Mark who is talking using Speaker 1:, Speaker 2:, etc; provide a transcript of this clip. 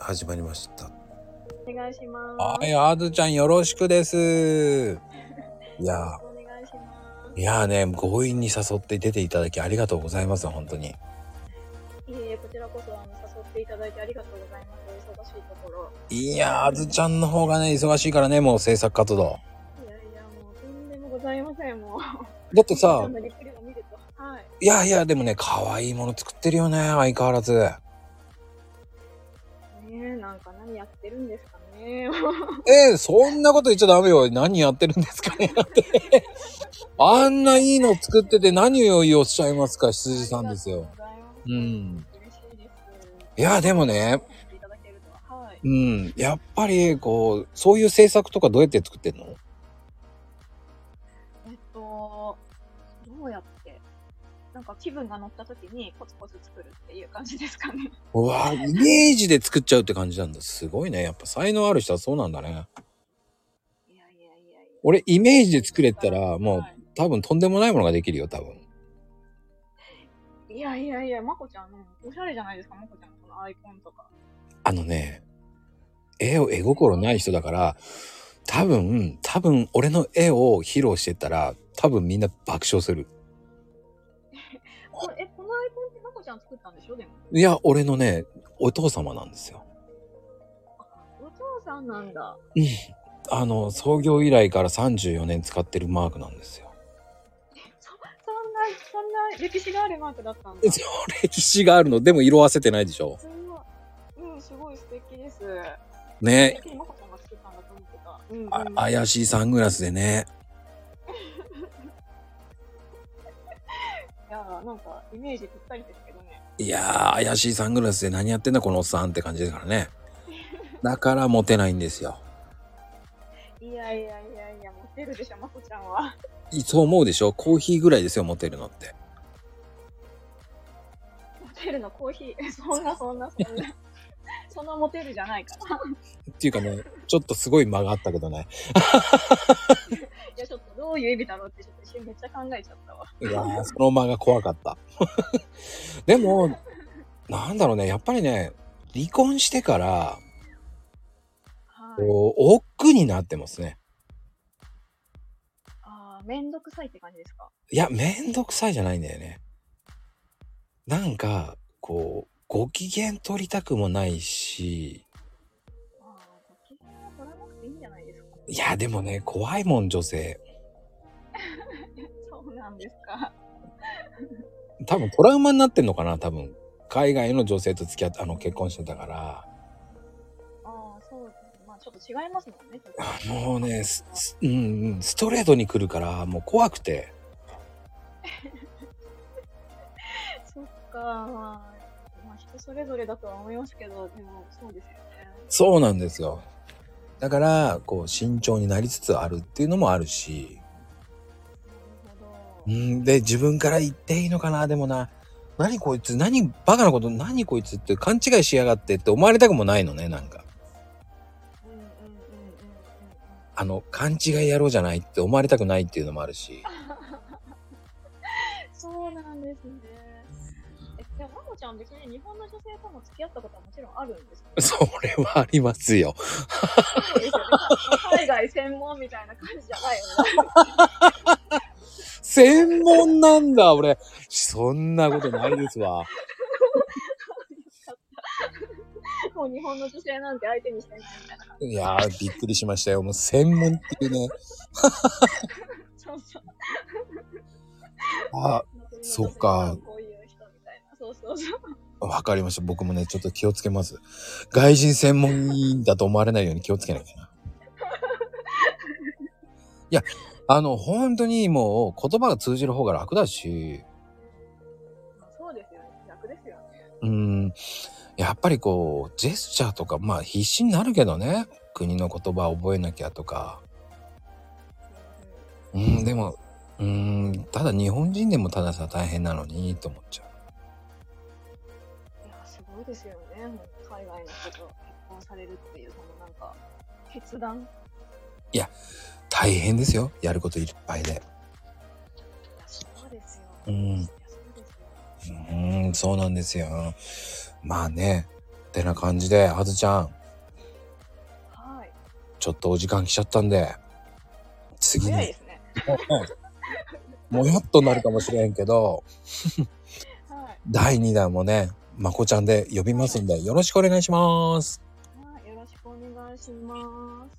Speaker 1: 始まりました。
Speaker 2: お願いします。
Speaker 1: はい、あずちゃんよろしくです。いや
Speaker 2: お願いしま
Speaker 1: ー、いやーね、強引に誘って出ていただきありがとうございます、本当に。
Speaker 2: す。いえいえ、こちらこそあの誘っていただいてありがとうございます。お忙しいところ。
Speaker 1: いやー、あずちゃんの方がね、忙しいからね、もう制作活動。
Speaker 2: いやいや、もうとんでもございません、もう。
Speaker 1: だってさ
Speaker 2: あ、のリプレイを見ると。はい。
Speaker 1: いやいや、でもね、可愛いもの作ってるよね、相変わらず。
Speaker 2: ねえ、なんか何やってるんですかね。
Speaker 1: えー、そんなこと言っちゃダメよ。何やってるんですかねって。あんないいの作ってて何をおっしゃいますか、羊さんですよ。。う
Speaker 2: うんん。嬉しいです。
Speaker 1: いや、でもね、
Speaker 2: やっていただけるとは。はい。
Speaker 1: うん、やっぱり、こう、そういう制作とかどうやって作ってんの
Speaker 2: えっと、どうやってなんか気分が乗った時にコツコツ作るっていう感じですかね。
Speaker 1: うわイメージで作っちゃうって感じなんだ。すごいね。やっぱ才能ある人はそうなんだね。
Speaker 2: いやいやいやいや。
Speaker 1: 俺、イメージで作れたら、もう
Speaker 2: はい、
Speaker 1: 多分とんでもないものができるよ、多分。
Speaker 2: いやいやいや、まこちゃん、おしゃれじゃないですか、まこちゃんのこのアイコンとか。
Speaker 1: あのね、絵を、絵心ない人だから、多分、多分、俺の絵を披露してたら、多分みんな爆笑する。
Speaker 2: これえ、このアイコンってまこちゃん作ったんでしょでも。
Speaker 1: いや、俺のね、お父様なんですよ。
Speaker 2: お父さんなんだ。
Speaker 1: あの、創業以来から34年使ってるマークなんですよ。
Speaker 2: そそんな、そんな歴史があるマークだったんだ。す
Speaker 1: そう 歴史があるのでも色あせてないでしょ
Speaker 2: ごい。うん、すごい素敵です。
Speaker 1: ね
Speaker 2: 素敵にまこちゃんが作ったんだと思ってた。うん、うん。
Speaker 1: あ怪しいサングラスでね
Speaker 2: いやー、なんか、イメージぴったりですけどね。
Speaker 1: いやー怪しいサングラスで何やってんだこのおっさんって感じですから ねだからモテないんですよ
Speaker 2: いやいやいやいや、モテるでしょ、まこちゃんは。
Speaker 1: いそう思うでしょコーヒーぐらいですよモテるのって
Speaker 2: モテるのコーヒー。え そんな、そんな、そん な。そんなモテるじゃないから。
Speaker 1: っていうかねちょっとすごい間があったけど ね
Speaker 2: いや、ちょっとどういう意味だろうって、ちょっと一瞬めっちゃ考えちゃったわ。
Speaker 1: いやーその間が怖かった でもなんだろうねやっぱりね離婚してから
Speaker 2: はい。
Speaker 1: こう億劫になってますね
Speaker 2: ああ、めんどくさいって感じですか。
Speaker 1: いや、めんどくさいじゃないんだよね。なんか、こう、ご機嫌取りたくもないし、
Speaker 2: ああ、ご機嫌は取らなくていいんじゃないですか。
Speaker 1: いや、でもね、怖いもん、女性。
Speaker 2: そうなんですか。
Speaker 1: 多分トラウマになってんのかな、多分。海外の女性と付き合って、あの、結婚してたから。
Speaker 2: ああ、そうです。まあ、ちょっと違いますもんね。ちょっと
Speaker 1: あもうね、すすうん、うんストレートに来るから、もう怖くて。
Speaker 2: そっか、まあ、まあ、人それぞれだとは思いますけど、でも、そうですよね。
Speaker 1: そうなんですよ。だから、こう、慎重になりつつあるっていうのもあるし。
Speaker 2: なるほ
Speaker 1: う
Speaker 2: ど。
Speaker 1: ん、で、自分から言っていいのかなでもな、何こいつ、何、バカなこと、何こいつって勘違いしやがってって思われたくもないのね、なんか。
Speaker 2: うんうんうんうんうん
Speaker 1: あの、勘違い野郎じゃないって思われたくないっていうのもあるし。
Speaker 2: うん。そうなんですね。え、じゃあ、まこちゃん別に日本の女性とも付き合ったことはもちろんあるんです か
Speaker 1: それはありますよ。
Speaker 2: そうですよね。海外専門みたいな感じじゃないよね。
Speaker 1: 専門なんだ、俺。そんなことないですわ。
Speaker 2: もう日本の女性なんて相手にしてないみたいな。
Speaker 1: いやー、びっくりしましたよ。もう専門っていうね。
Speaker 2: そうそう。
Speaker 1: あ、そっか
Speaker 2: こういう人みたいな。そうそうそう。
Speaker 1: わかりました。僕もね、ちょっと気をつけます。外人専門員だと思われないように気をつけなきゃな。いや、あの、本当にもう言葉が通じる方が楽だし、
Speaker 2: そうですよね。楽ですよね。
Speaker 1: うん、やっぱりこう、ジェスチャーとか、まあ必死になるけどね、国の言葉覚えなきゃとか。うん、でも、うん、ただ日本人でもたださ大変なのに、と思っちゃう。
Speaker 2: いや、すごいですよね。もう海外の人と結婚されるっていう、そのなんか、決断。
Speaker 1: 大変ですよ。やることいっぱいで。
Speaker 2: いや、そうですよ。
Speaker 1: うん
Speaker 2: いやそうですよ
Speaker 1: うーん、そうなんですよ。まあね、てな感じで、はずちゃん、
Speaker 2: はい。
Speaker 1: ちょっとお時間来ちゃったんで、次
Speaker 2: 早い
Speaker 1: に
Speaker 2: で、すね。
Speaker 1: もやっとなるかもしれんけど、
Speaker 2: はい。
Speaker 1: 第2弾もね、まこちゃんで呼びますんで、よろしくお願いします。
Speaker 2: はい、よろしくお願いします。